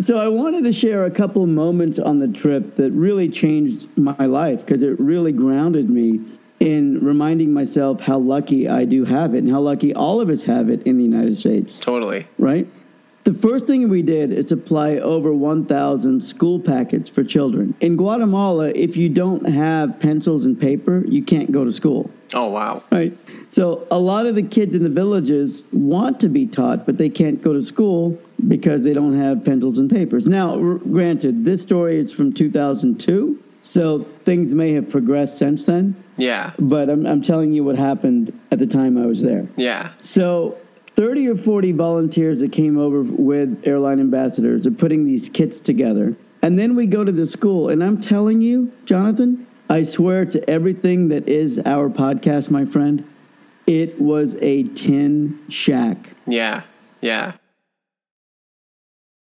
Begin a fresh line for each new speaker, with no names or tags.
so I wanted to share a couple moments on the trip that really changed my life because it really grounded me in reminding myself how lucky I do have it and how lucky all of us have it in the United States,
Totally.
right? The first thing we did is apply over 1,000 school packets for children. In Guatemala, if you don't have pencils and paper, you can't go to school.
Oh wow.
Right. So a lot of the kids in the villages want to be taught, but they can't go to school because they don't have pencils and papers. Now, r- granted, this story is from 2002, so things may have progressed since then,
Yeah.
but I'm, I'm telling you what happened at the time I was there.
Yeah.
So, 30 or 40 volunteers that came over with airline ambassadors are putting these kits together. And then we go to the school, and I'm telling you, Jonathan, I swear to everything that is our podcast, my friend, it was a tin shack.
Yeah. Yeah.